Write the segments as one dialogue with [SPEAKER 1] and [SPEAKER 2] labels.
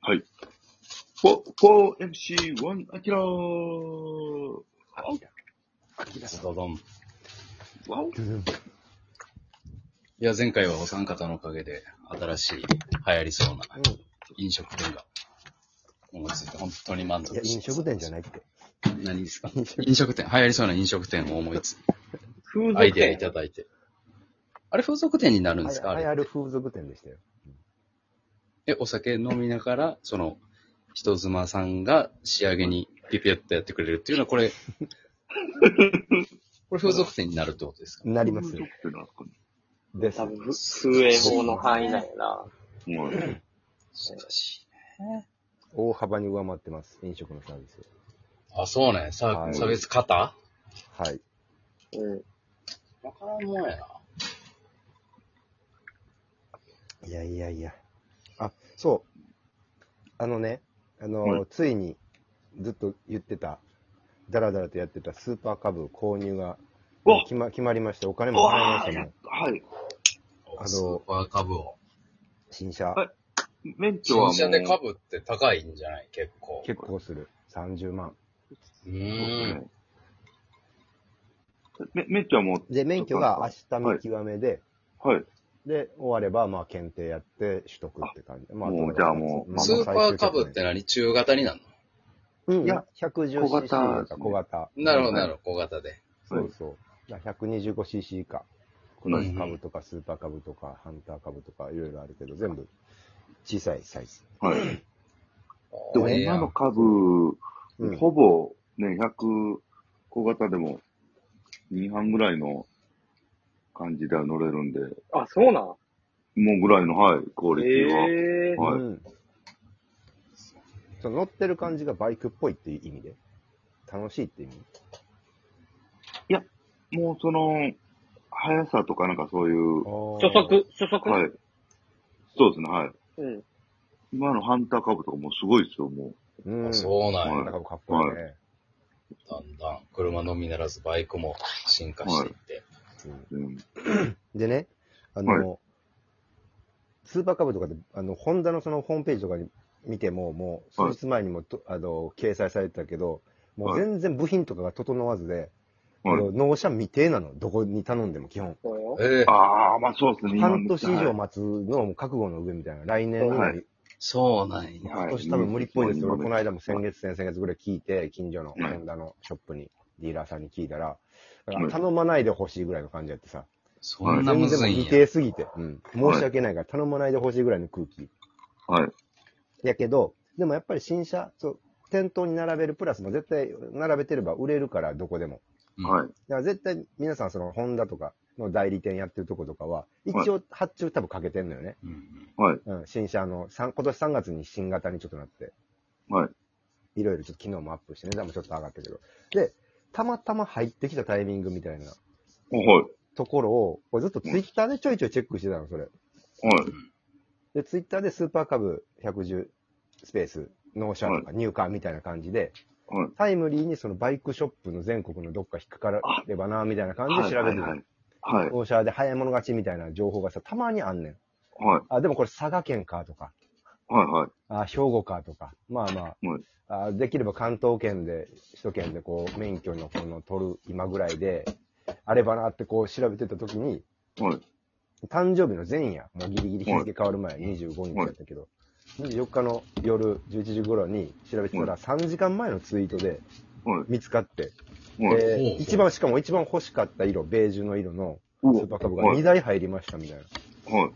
[SPEAKER 1] はい。4MC1 アキラー
[SPEAKER 2] アキラドドン。い
[SPEAKER 1] わお
[SPEAKER 2] や、前回はお三方のおかげで、新しい、流行りそうな飲食店が思いついて、本当に満
[SPEAKER 3] いや
[SPEAKER 2] 足、
[SPEAKER 3] 飲
[SPEAKER 2] して。
[SPEAKER 3] 食店じゃないって。
[SPEAKER 2] 何ですか飲食店、流行りそうな飲食店を思いつ、
[SPEAKER 1] 風
[SPEAKER 2] アイ
[SPEAKER 1] 俗
[SPEAKER 2] デアい
[SPEAKER 1] 店
[SPEAKER 2] ただいて。あれ、風俗店になるんですかあ
[SPEAKER 3] は
[SPEAKER 2] れ。
[SPEAKER 3] やる風俗店でしたよ。
[SPEAKER 2] え、お酒飲みながら、その、人妻さんが仕上げにピピュッとやってくれるっていうのは、こ れ、これ風俗店になるってことですか
[SPEAKER 3] なりますよ。
[SPEAKER 1] 風俗店なん
[SPEAKER 3] です
[SPEAKER 4] 多。分、ふ風営法の範囲内やな。
[SPEAKER 1] ですかね
[SPEAKER 2] 難し
[SPEAKER 3] 大幅に上回ってます。飲食のサービス。
[SPEAKER 2] い。あ、そうね。さ
[SPEAKER 3] はい
[SPEAKER 2] 差別型
[SPEAKER 3] はい。
[SPEAKER 4] うん。
[SPEAKER 2] わからんもんやな。
[SPEAKER 3] いやいやいや。あ、そう。あのね、あの、
[SPEAKER 1] はい
[SPEAKER 3] ついにずっと言ってた、だらだらとやってたスーパーカブ購入が
[SPEAKER 1] わ
[SPEAKER 3] 決ま決まりまして、お金
[SPEAKER 1] うん。
[SPEAKER 3] も払いま
[SPEAKER 1] わー
[SPEAKER 3] したも
[SPEAKER 1] や
[SPEAKER 3] ん
[SPEAKER 1] っ。たはい。
[SPEAKER 3] あの
[SPEAKER 2] スーパー株を。
[SPEAKER 3] 新車
[SPEAKER 1] はいメンチョはもう
[SPEAKER 2] 新、車で株って高いんじゃない結構。
[SPEAKER 3] 結構する。30万。
[SPEAKER 2] うーん。
[SPEAKER 1] メメンチョはも
[SPEAKER 3] で、免許が明日見極めで、
[SPEAKER 1] う、はい。
[SPEAKER 3] で、終われば、まあ、検定やって、取得って感じ。まあ、
[SPEAKER 1] もう
[SPEAKER 3] とにかく
[SPEAKER 1] じゃあもう
[SPEAKER 3] まあ
[SPEAKER 2] スーパー株っ
[SPEAKER 3] 最終的
[SPEAKER 2] て何中型になる
[SPEAKER 3] にうん、
[SPEAKER 1] い
[SPEAKER 3] い
[SPEAKER 1] や
[SPEAKER 3] や、110cc
[SPEAKER 1] 小型
[SPEAKER 3] か小型。
[SPEAKER 2] のなるほど、
[SPEAKER 1] はい
[SPEAKER 2] なるほど。小型で。
[SPEAKER 3] そうそう。だから 125cc 以下。
[SPEAKER 1] この
[SPEAKER 2] うん
[SPEAKER 3] 株とか、スーパー株とか、ハンター株とか、いろいろあるけど、全部小さいサイズ。
[SPEAKER 1] はい。で、
[SPEAKER 2] おええや
[SPEAKER 1] 女
[SPEAKER 2] ん
[SPEAKER 1] の株、
[SPEAKER 3] うん。
[SPEAKER 1] ほぼね、100小型でも2班ぐらいの感じでは乗れるんで、
[SPEAKER 4] あ、そうなん
[SPEAKER 1] もうぐらいの、はい、クオリティは。
[SPEAKER 4] ええ
[SPEAKER 1] はい
[SPEAKER 3] うんその乗ってる感じがバイクっぽいっていう意味で。楽しいっていう意味。
[SPEAKER 1] もうその、速さとかなんかそういう、
[SPEAKER 4] 初速、初速、
[SPEAKER 1] はい。そうですね、はい。
[SPEAKER 4] うん。
[SPEAKER 1] 今のハンター株とかもうすごいですよ、も
[SPEAKER 3] うん。う。
[SPEAKER 2] そう
[SPEAKER 1] は
[SPEAKER 2] なんや
[SPEAKER 1] い。
[SPEAKER 3] なんかかっこいいね。
[SPEAKER 2] だんだん、車のみならずバイクも進化していって。
[SPEAKER 3] うん
[SPEAKER 1] う。うん。
[SPEAKER 3] でね、あの、スーパーカブとかで、あの、ホンダのそのホームページとかに見ても、もう
[SPEAKER 1] はい
[SPEAKER 3] 数日前にもと、あの、掲載されてたけど、もう
[SPEAKER 1] はい
[SPEAKER 3] 全然部品とかが整わずで、あ
[SPEAKER 1] はい
[SPEAKER 3] の納車未定なの、どこに頼んでも基本。
[SPEAKER 4] そうよ。
[SPEAKER 2] ええ
[SPEAKER 1] ああ、まあそうですね、
[SPEAKER 3] 半年以上
[SPEAKER 1] も。
[SPEAKER 3] 待つのはもう覚悟の上みたいな、来年にも、
[SPEAKER 1] は
[SPEAKER 2] そうなんや。
[SPEAKER 1] はい
[SPEAKER 3] 今年多分無理っぽいですよ。
[SPEAKER 1] はい
[SPEAKER 3] 俺この間も先月、先々月ぐらい聞いて、近所の
[SPEAKER 1] はい
[SPEAKER 3] ホンダのショップに、ディーラーさんに聞いたら、
[SPEAKER 1] はい
[SPEAKER 3] 頼まないでほしいぐらいの感じやってさ、
[SPEAKER 2] そんなむ
[SPEAKER 3] 全然
[SPEAKER 2] ず
[SPEAKER 3] もう
[SPEAKER 2] いん
[SPEAKER 3] 未
[SPEAKER 2] や。
[SPEAKER 3] 定すぎて、うん、申し訳ないから頼まないでほしいぐらいの空気。
[SPEAKER 1] はい。
[SPEAKER 3] やけど、でもやっぱり新車、そう、店頭に並べるプラスも絶対並べてれば売れるから、どこでも。
[SPEAKER 1] はい。
[SPEAKER 3] だから絶対皆さんそのホンダとかの代理店やってるとことかは、一応発注多分かけてんのよね。
[SPEAKER 2] うん
[SPEAKER 3] うん、新車の、さん今年3月に新型にちょっとなって。
[SPEAKER 1] はい。
[SPEAKER 3] いろいろちょっと機能もアップしてね、値段もちょっと上がったけど。で、たまたま入ってきたタイミングみたいな
[SPEAKER 1] はい。
[SPEAKER 3] ところを、これずっとツイッターでちょいちょいチェックしてたの、それ。
[SPEAKER 1] はい。
[SPEAKER 3] で、ツイッターでスーパーカブ110スペース、納車とか入荷みたいな感じで、
[SPEAKER 1] はい
[SPEAKER 3] タイムリーにそのバイクショップの全国のどっか引っかかればな、みたいな感じで調べて
[SPEAKER 1] はい
[SPEAKER 3] る。。
[SPEAKER 1] はい。
[SPEAKER 3] 納車で早い者勝ちみたいな情報がさ、たまにあんねん。
[SPEAKER 1] はい。
[SPEAKER 3] あ、でもこれ佐賀県かとか、
[SPEAKER 1] はい。はい。
[SPEAKER 3] あ兵庫かとか、まあま
[SPEAKER 1] はい
[SPEAKER 3] あ、あできれば関東圏で、首都圏でこう、免許のこの取る今ぐらいで、あればなってこう調べてた時に、
[SPEAKER 1] はい。
[SPEAKER 3] 誕生日の前夜、もうギリギリ日付変わる前、25日だったけど、24日の夜11時頃に調べてたら、3時間前のツイートで
[SPEAKER 1] はい
[SPEAKER 3] 見つかって、
[SPEAKER 1] はい。
[SPEAKER 3] えー
[SPEAKER 2] ほう
[SPEAKER 3] 一番、しかも一番欲しかった色、ベージュの色の
[SPEAKER 1] う
[SPEAKER 3] スーパーカブが2台入りましたみたいな。
[SPEAKER 1] はい。はい。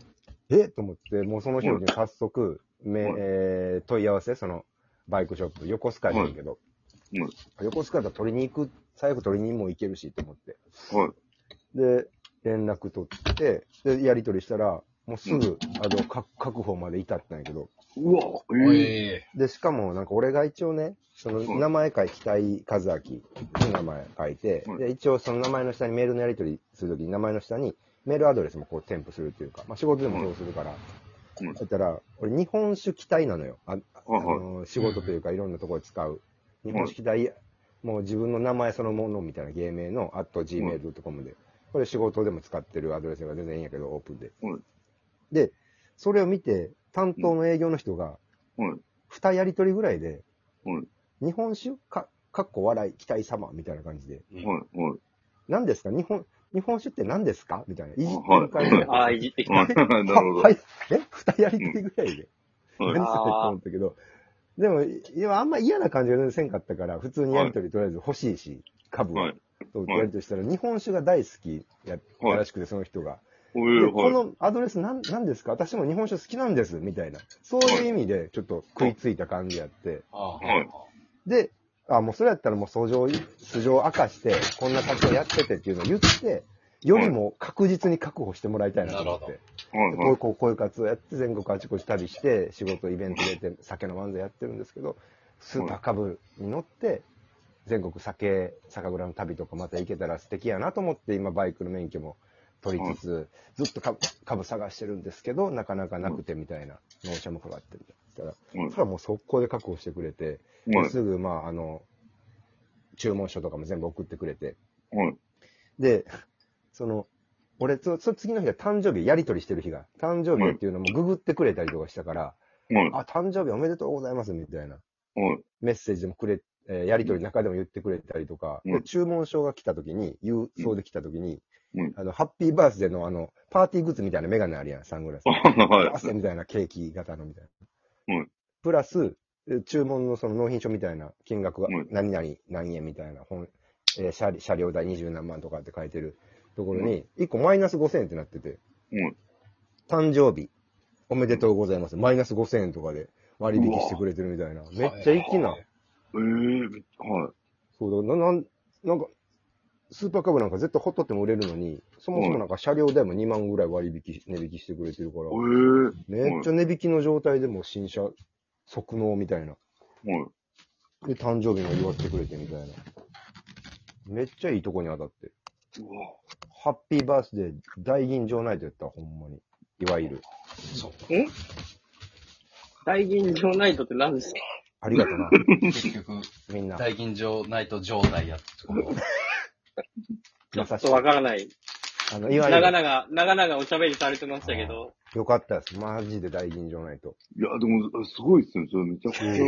[SPEAKER 3] えと思って、もうその日のうちに早速、め
[SPEAKER 1] はい
[SPEAKER 3] えー問い合わせ、その、バイクショップ、横須賀にあるけど、
[SPEAKER 1] いはい
[SPEAKER 3] 横須賀だったら取りに行く、最悪取りにも行けるしと思って。
[SPEAKER 1] はい。
[SPEAKER 3] で、連絡取って、で、やり取りしたら、もうすぐ、あの、か確保まで至ったんやけど。
[SPEAKER 1] うわ
[SPEAKER 2] うん。
[SPEAKER 1] ええ
[SPEAKER 2] え
[SPEAKER 3] で、しかも、なんか俺が一応ね、その
[SPEAKER 1] はい
[SPEAKER 3] 名前書いて、北井和明って名前書いて
[SPEAKER 1] はい、
[SPEAKER 3] で、一応その名前の下にメールのやり取りするときに、名前の下にメールアドレスもこう添付するというか、まあ仕事でもそうするから、
[SPEAKER 1] いはい
[SPEAKER 3] だったら、俺日本酒期待なのよ。あ、あ
[SPEAKER 1] はい
[SPEAKER 3] の、仕事というかいろんなところで使う。日本酒期待、もう自分の名前そのものみたいな芸名の、あと gmail.com で。これ仕事でも使ってるアドレスが全然いいんやけど、オープンで
[SPEAKER 1] はい。
[SPEAKER 3] で、それを見て、担当の営業の人が、
[SPEAKER 1] はい。
[SPEAKER 3] 二やりとりぐらいで、
[SPEAKER 1] うん
[SPEAKER 3] 日本酒か、かっこ笑い、期待様みたいな感じで、
[SPEAKER 2] うん
[SPEAKER 1] はい、はい。
[SPEAKER 3] 何ですか日本、日本酒って何ですかみたいな。いじってる感じで。
[SPEAKER 4] ああ、いじってきた。
[SPEAKER 1] はい、なるほど。
[SPEAKER 3] ははい。え二やりとりぐらいで。
[SPEAKER 1] はい
[SPEAKER 3] 何それって思ったけど。でも、今あんま嫌な感じが全然せんかったから、普通にやりとりとりあえず欲しいし、株を
[SPEAKER 1] はい。
[SPEAKER 3] と
[SPEAKER 1] はい
[SPEAKER 3] やりとりしたら、日本酒が大好きやった
[SPEAKER 1] はい
[SPEAKER 3] らしくて、その人が。
[SPEAKER 1] お
[SPEAKER 3] で
[SPEAKER 1] え、
[SPEAKER 3] こ
[SPEAKER 1] はい。
[SPEAKER 3] のアドレスなんなんですか私も日本酒好きなんです、みたいな。そういう意味で、ちょっと食いついた感じやって。
[SPEAKER 2] あ
[SPEAKER 1] はい
[SPEAKER 2] あ
[SPEAKER 3] で、あ、もうそれやったらもう素性、素性明かして、こんな活動やっててっていうのを言って、よりも確実に確保してもらいたいなと思っ
[SPEAKER 2] なる
[SPEAKER 3] て。
[SPEAKER 1] はい、
[SPEAKER 3] こ
[SPEAKER 1] は
[SPEAKER 3] う
[SPEAKER 1] い。
[SPEAKER 3] こうこういう活動やって、全国あちこち旅して、仕事、イベント出て、酒の漫才やってるんですけど、スーパーカブに乗って、全国酒、酒蔵の旅とかまた行けたら素敵やなと思って、今バイクの免許も取りつつ、ずっとカブカブ探してるんですけど、なかなかなくてみたいな、納車もかかってる。だから、
[SPEAKER 1] はい
[SPEAKER 3] そしたらもう速攻で確保してくれて、
[SPEAKER 1] はい、
[SPEAKER 3] すぐ、まあ、あの、注文書とかも全部送ってくれて、
[SPEAKER 1] はい。
[SPEAKER 3] で、その、俺、そそ次の日が誕生日、やりとりしてる日が、誕生日っていうのもググってくれたりとかしたから、
[SPEAKER 1] はい、
[SPEAKER 3] あ、誕生日おめでとうございますみたいな
[SPEAKER 1] はい。
[SPEAKER 3] メッセージでもくれ、えーやりとりの中でも言ってくれたりとか、
[SPEAKER 1] うん
[SPEAKER 3] で注文書が来た時に、郵送で来た時に、
[SPEAKER 1] うん
[SPEAKER 3] あの、ハッピーバースデーのあの、パーティーグッズみたいなメガネあるやん、サン グラス。
[SPEAKER 1] はい
[SPEAKER 3] バースデーみたいなケーキ型のみたいな。
[SPEAKER 1] うん
[SPEAKER 3] プラス、え注文のその納品書みたいな金額が
[SPEAKER 1] うん
[SPEAKER 3] 何々何円みたいな本、えー車両車両代二十何万とかって書いてるところに、一個マイナス5000円ってなってて、
[SPEAKER 1] うん
[SPEAKER 3] 誕生日、おめでとうございます。マイナス5000円とかで割引してくれてるみたいな。めっちゃ粋な。
[SPEAKER 1] ええはい。
[SPEAKER 3] そうだ、な、なん、なんか、スーパーカブなんか絶対ほっとっても売れるのに、そもそもなんか車両代も2万ぐらい割引、値引きしてくれてるから。
[SPEAKER 1] ええ
[SPEAKER 3] めっちゃ値引きの状態でもう新車即納みたいな。
[SPEAKER 1] はい。
[SPEAKER 3] で、誕生日も祝ってくれてみたいな。めっちゃいいとこに当たって。
[SPEAKER 1] うわ。
[SPEAKER 3] ハッピーバースデー大吟醸ナイトやったわ、ほんまに。いわゆる。
[SPEAKER 2] そう。
[SPEAKER 4] 大吟醸ナイトって何ですか
[SPEAKER 3] ありが とな、
[SPEAKER 2] 結局、
[SPEAKER 3] みんな。
[SPEAKER 2] 大吟醸ナイト状態やったところを。
[SPEAKER 4] ちょ
[SPEAKER 3] 優
[SPEAKER 4] っ
[SPEAKER 3] し
[SPEAKER 4] と
[SPEAKER 3] い
[SPEAKER 4] わ。からない。
[SPEAKER 3] あの、いわゆ
[SPEAKER 4] 長
[SPEAKER 3] る。
[SPEAKER 4] 々、長々おしゃべりされてましたけど。
[SPEAKER 3] よかったです。マジで大吟醸ナイト。
[SPEAKER 1] いや、でも、すごいっすね。それめちゃくちゃ。はい。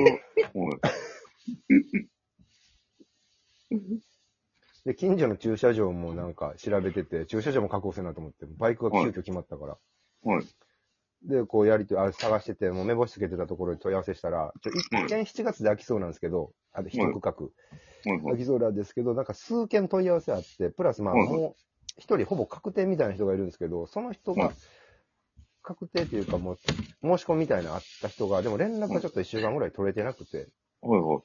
[SPEAKER 3] で、近所の駐車場もなんか調べてて、駐車場も確保せなと思って、バイクが急遽決まったから。
[SPEAKER 1] はい。
[SPEAKER 3] で、こうやりと、あ探してて、もう目星つけてたところに問い合わせしたら、ちょ
[SPEAKER 1] はい
[SPEAKER 3] 一件7月で飽きそうなんですけど、あと一区画、
[SPEAKER 1] はい、は
[SPEAKER 3] 飽
[SPEAKER 1] い。
[SPEAKER 3] きそうなんですけど、なんか数件問い合わせあって、プラスまあ
[SPEAKER 1] はいはい
[SPEAKER 3] もう一人ほぼ確定みたいな人がいるんですけど、その人
[SPEAKER 1] は
[SPEAKER 3] が
[SPEAKER 1] い、
[SPEAKER 3] 確定というかもう申し込みみたいなのあった人が、でも連絡がちょっと1週間ぐらい取れてなくて、
[SPEAKER 1] はい、はい。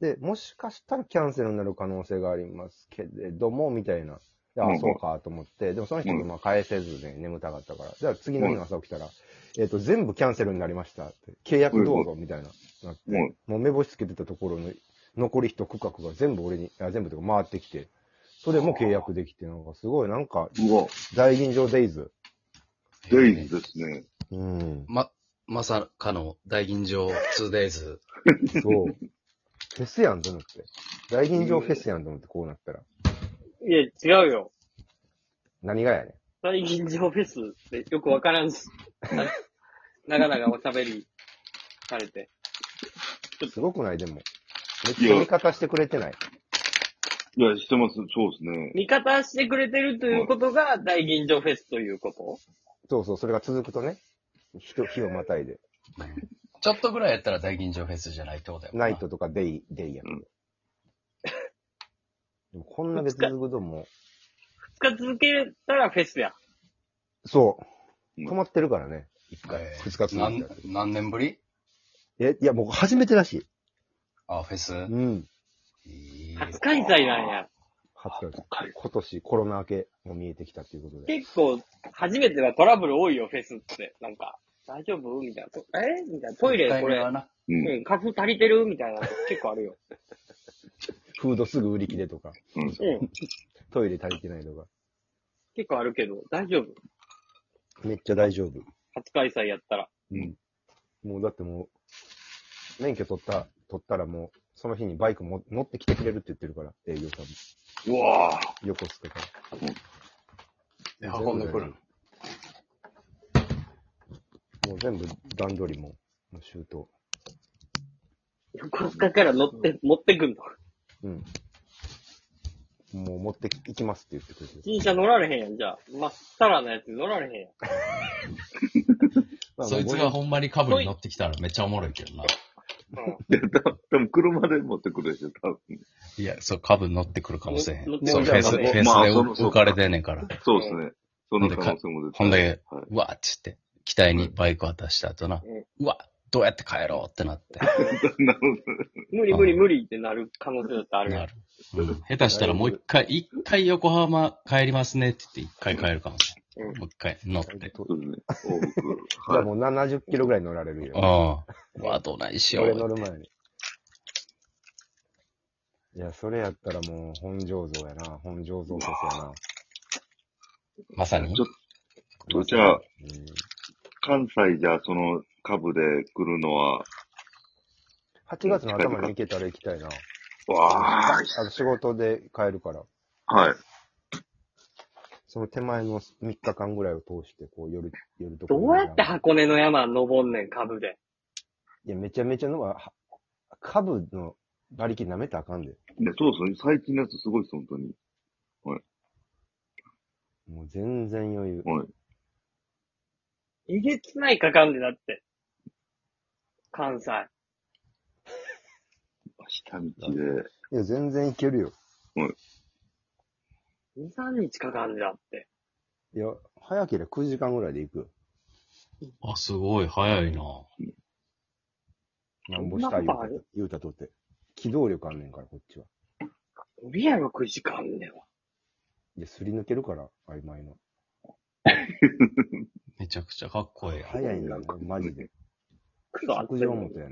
[SPEAKER 3] で、もしかしたらキャンセルになる可能性がありますけれども、みたいな。で
[SPEAKER 1] う
[SPEAKER 3] あ、
[SPEAKER 1] ん
[SPEAKER 3] そうかと思って、でもその人
[SPEAKER 1] うん
[SPEAKER 3] にまあ返せずね、眠たかったから。じゃあ次の日の朝起きたら、えっと、全部キャンセルになりましたって。契約どうぞ、みたいな。なって
[SPEAKER 1] うん、
[SPEAKER 3] もう目星つけてたところの残り一区画が全部俺に、あ全部というか回ってきて、それも契約できて、なんかすごい、なんか、
[SPEAKER 1] うわ。
[SPEAKER 3] 大吟醸デイズ。
[SPEAKER 1] デイズですね。
[SPEAKER 3] うん。
[SPEAKER 2] ま、まさかの大吟醸 2days。
[SPEAKER 3] そう。フェスやんと思って。大吟醸フェスやんと思って、こうなったら。
[SPEAKER 4] いや、違うよ。
[SPEAKER 3] 何がやねん。
[SPEAKER 4] 大吟醸フェスってよくわから んし。長々おしゃべりされて。
[SPEAKER 3] すごくないでも。めっちゃ味方してくれてない。
[SPEAKER 1] いや、してます。そうですね。
[SPEAKER 4] 味方してくれてるということが大吟醸フェスということ
[SPEAKER 3] そうそう、それが続くとね。日と日をまたいで。
[SPEAKER 2] ちょっとぐらいやったら大吟醸フェスじゃないってことやもんな
[SPEAKER 3] ナイトとかデイ、デイやけど。
[SPEAKER 1] うん
[SPEAKER 3] でもこんだけ続くとも
[SPEAKER 4] 二日続けたらフェスや。
[SPEAKER 3] う、そうう。
[SPEAKER 1] ん
[SPEAKER 3] 止まってるからね。一回。
[SPEAKER 2] え
[SPEAKER 3] 二日続い
[SPEAKER 2] ー
[SPEAKER 3] た
[SPEAKER 2] 何何年ぶり
[SPEAKER 3] え、いや、もう初めてらしい。
[SPEAKER 2] あ、フェス
[SPEAKER 3] うん。
[SPEAKER 2] いい
[SPEAKER 4] 初開催なんや。
[SPEAKER 3] 初日
[SPEAKER 1] はい
[SPEAKER 3] 今年コロナ明けも見えてきたということで。
[SPEAKER 4] 結構、初めてはトラブル多いよ、フェスって。なんか、大丈夫みたいな。とえみたいな。トイレ
[SPEAKER 2] 一回
[SPEAKER 4] こ
[SPEAKER 2] 目
[SPEAKER 4] れ、
[SPEAKER 2] は
[SPEAKER 4] う
[SPEAKER 2] な。
[SPEAKER 1] うん。
[SPEAKER 4] ん、カフ足りてるみたいな。結構あるよ。
[SPEAKER 3] フードすぐ売り切れとか、
[SPEAKER 1] うん。
[SPEAKER 4] うん。
[SPEAKER 3] トイレ足りてないとか。
[SPEAKER 4] 結構あるけど、大丈夫。
[SPEAKER 3] めっちゃ大丈夫。
[SPEAKER 4] 初開催やったら。
[SPEAKER 1] うん。
[SPEAKER 3] もうだってもう、免許取った、取ったらもう、その日にバイクも乗ってきてくれるって言ってるから、営業さんも。
[SPEAKER 1] うわぁ。
[SPEAKER 3] 横須賀から。
[SPEAKER 2] で運んでくる。
[SPEAKER 3] もう全部段取りも、もう周到。
[SPEAKER 4] 横須賀から乗って、持ってくんの。
[SPEAKER 3] うん。もう持って行きますって言ってくれてる。
[SPEAKER 4] 新車乗られへんやん、じゃあ。まっさらなやつ乗られへんやん。
[SPEAKER 3] まあ
[SPEAKER 2] そいつ
[SPEAKER 3] まあ
[SPEAKER 2] がほんまに株に乗ってきたらめっちゃおもろいけどな。
[SPEAKER 4] うん
[SPEAKER 1] いや、た多分車で持ってくるでしょ、多分。
[SPEAKER 2] いや、そう、株乗ってくるかもしれへ
[SPEAKER 4] 乗っ
[SPEAKER 2] ん。
[SPEAKER 4] て
[SPEAKER 2] そう、フ
[SPEAKER 4] くる
[SPEAKER 2] ェイス、
[SPEAKER 4] ま
[SPEAKER 2] フ
[SPEAKER 4] あ
[SPEAKER 2] ェ
[SPEAKER 1] まあ
[SPEAKER 2] イスで
[SPEAKER 1] そのそう
[SPEAKER 2] 浮かれてんねんから。
[SPEAKER 1] そうですね。その可能性も出て
[SPEAKER 2] ほんで
[SPEAKER 1] はい。
[SPEAKER 2] うわっつって、機体にバイク渡した後な
[SPEAKER 4] うん。
[SPEAKER 2] うわどうやって帰ろうってなっ て。
[SPEAKER 1] なるほど。
[SPEAKER 4] 無理無理無理ってなる可能性だってあるや
[SPEAKER 2] なんる。うん下手したらもう一回、一回横浜帰りますねって言って一回帰るかもしれん。
[SPEAKER 4] うん
[SPEAKER 2] もう一回乗って。
[SPEAKER 1] そうですね。往復。
[SPEAKER 3] じゃ
[SPEAKER 1] は
[SPEAKER 3] あもう70キロぐらい乗られるよ。
[SPEAKER 2] ああ。うわ、どないしよ
[SPEAKER 3] 俺乗
[SPEAKER 2] う。
[SPEAKER 3] る前に。いや、それやったらもう本醸造やな。本醸造フェスやな。
[SPEAKER 2] まさに
[SPEAKER 1] ちょっとじゃあ
[SPEAKER 3] うん、
[SPEAKER 1] 関西じゃ、その、株で来るのは、
[SPEAKER 3] 8月の頭に行けたら行きたいな。
[SPEAKER 1] わあ、
[SPEAKER 3] あの仕事で帰るから。
[SPEAKER 1] はい。
[SPEAKER 3] その手前の3日間ぐらいを通して、こう、夜、夜とか。
[SPEAKER 4] どうやって箱根の山登んねん、株で。
[SPEAKER 3] いや、めちゃめちゃのは、は株の馬力舐めたらあかんで。
[SPEAKER 1] ね、そうですね。最近のやつすごいです、本当に。
[SPEAKER 3] もう全然余裕。
[SPEAKER 1] はい。
[SPEAKER 4] えげつないかかんで、だって。関西。
[SPEAKER 1] 下道で。
[SPEAKER 3] いや、全然いけるよ。
[SPEAKER 4] 2、3日かかんで、だって。
[SPEAKER 3] いや、早ければ9時間ぐらいで行くよ。
[SPEAKER 2] あ、すごい、早いな。
[SPEAKER 3] なんぼした言う
[SPEAKER 4] そん
[SPEAKER 3] た
[SPEAKER 4] なことあ
[SPEAKER 3] と、言うたとって。機動力あんねんから、こっちは。
[SPEAKER 4] 無理やろ、9時間では。
[SPEAKER 3] いや、すり抜けるから、曖昧の。
[SPEAKER 2] めちゃくちゃかっこいいやん。
[SPEAKER 3] 早いんだよ、マジで。
[SPEAKER 4] 苦労あった
[SPEAKER 3] 食事をもとやね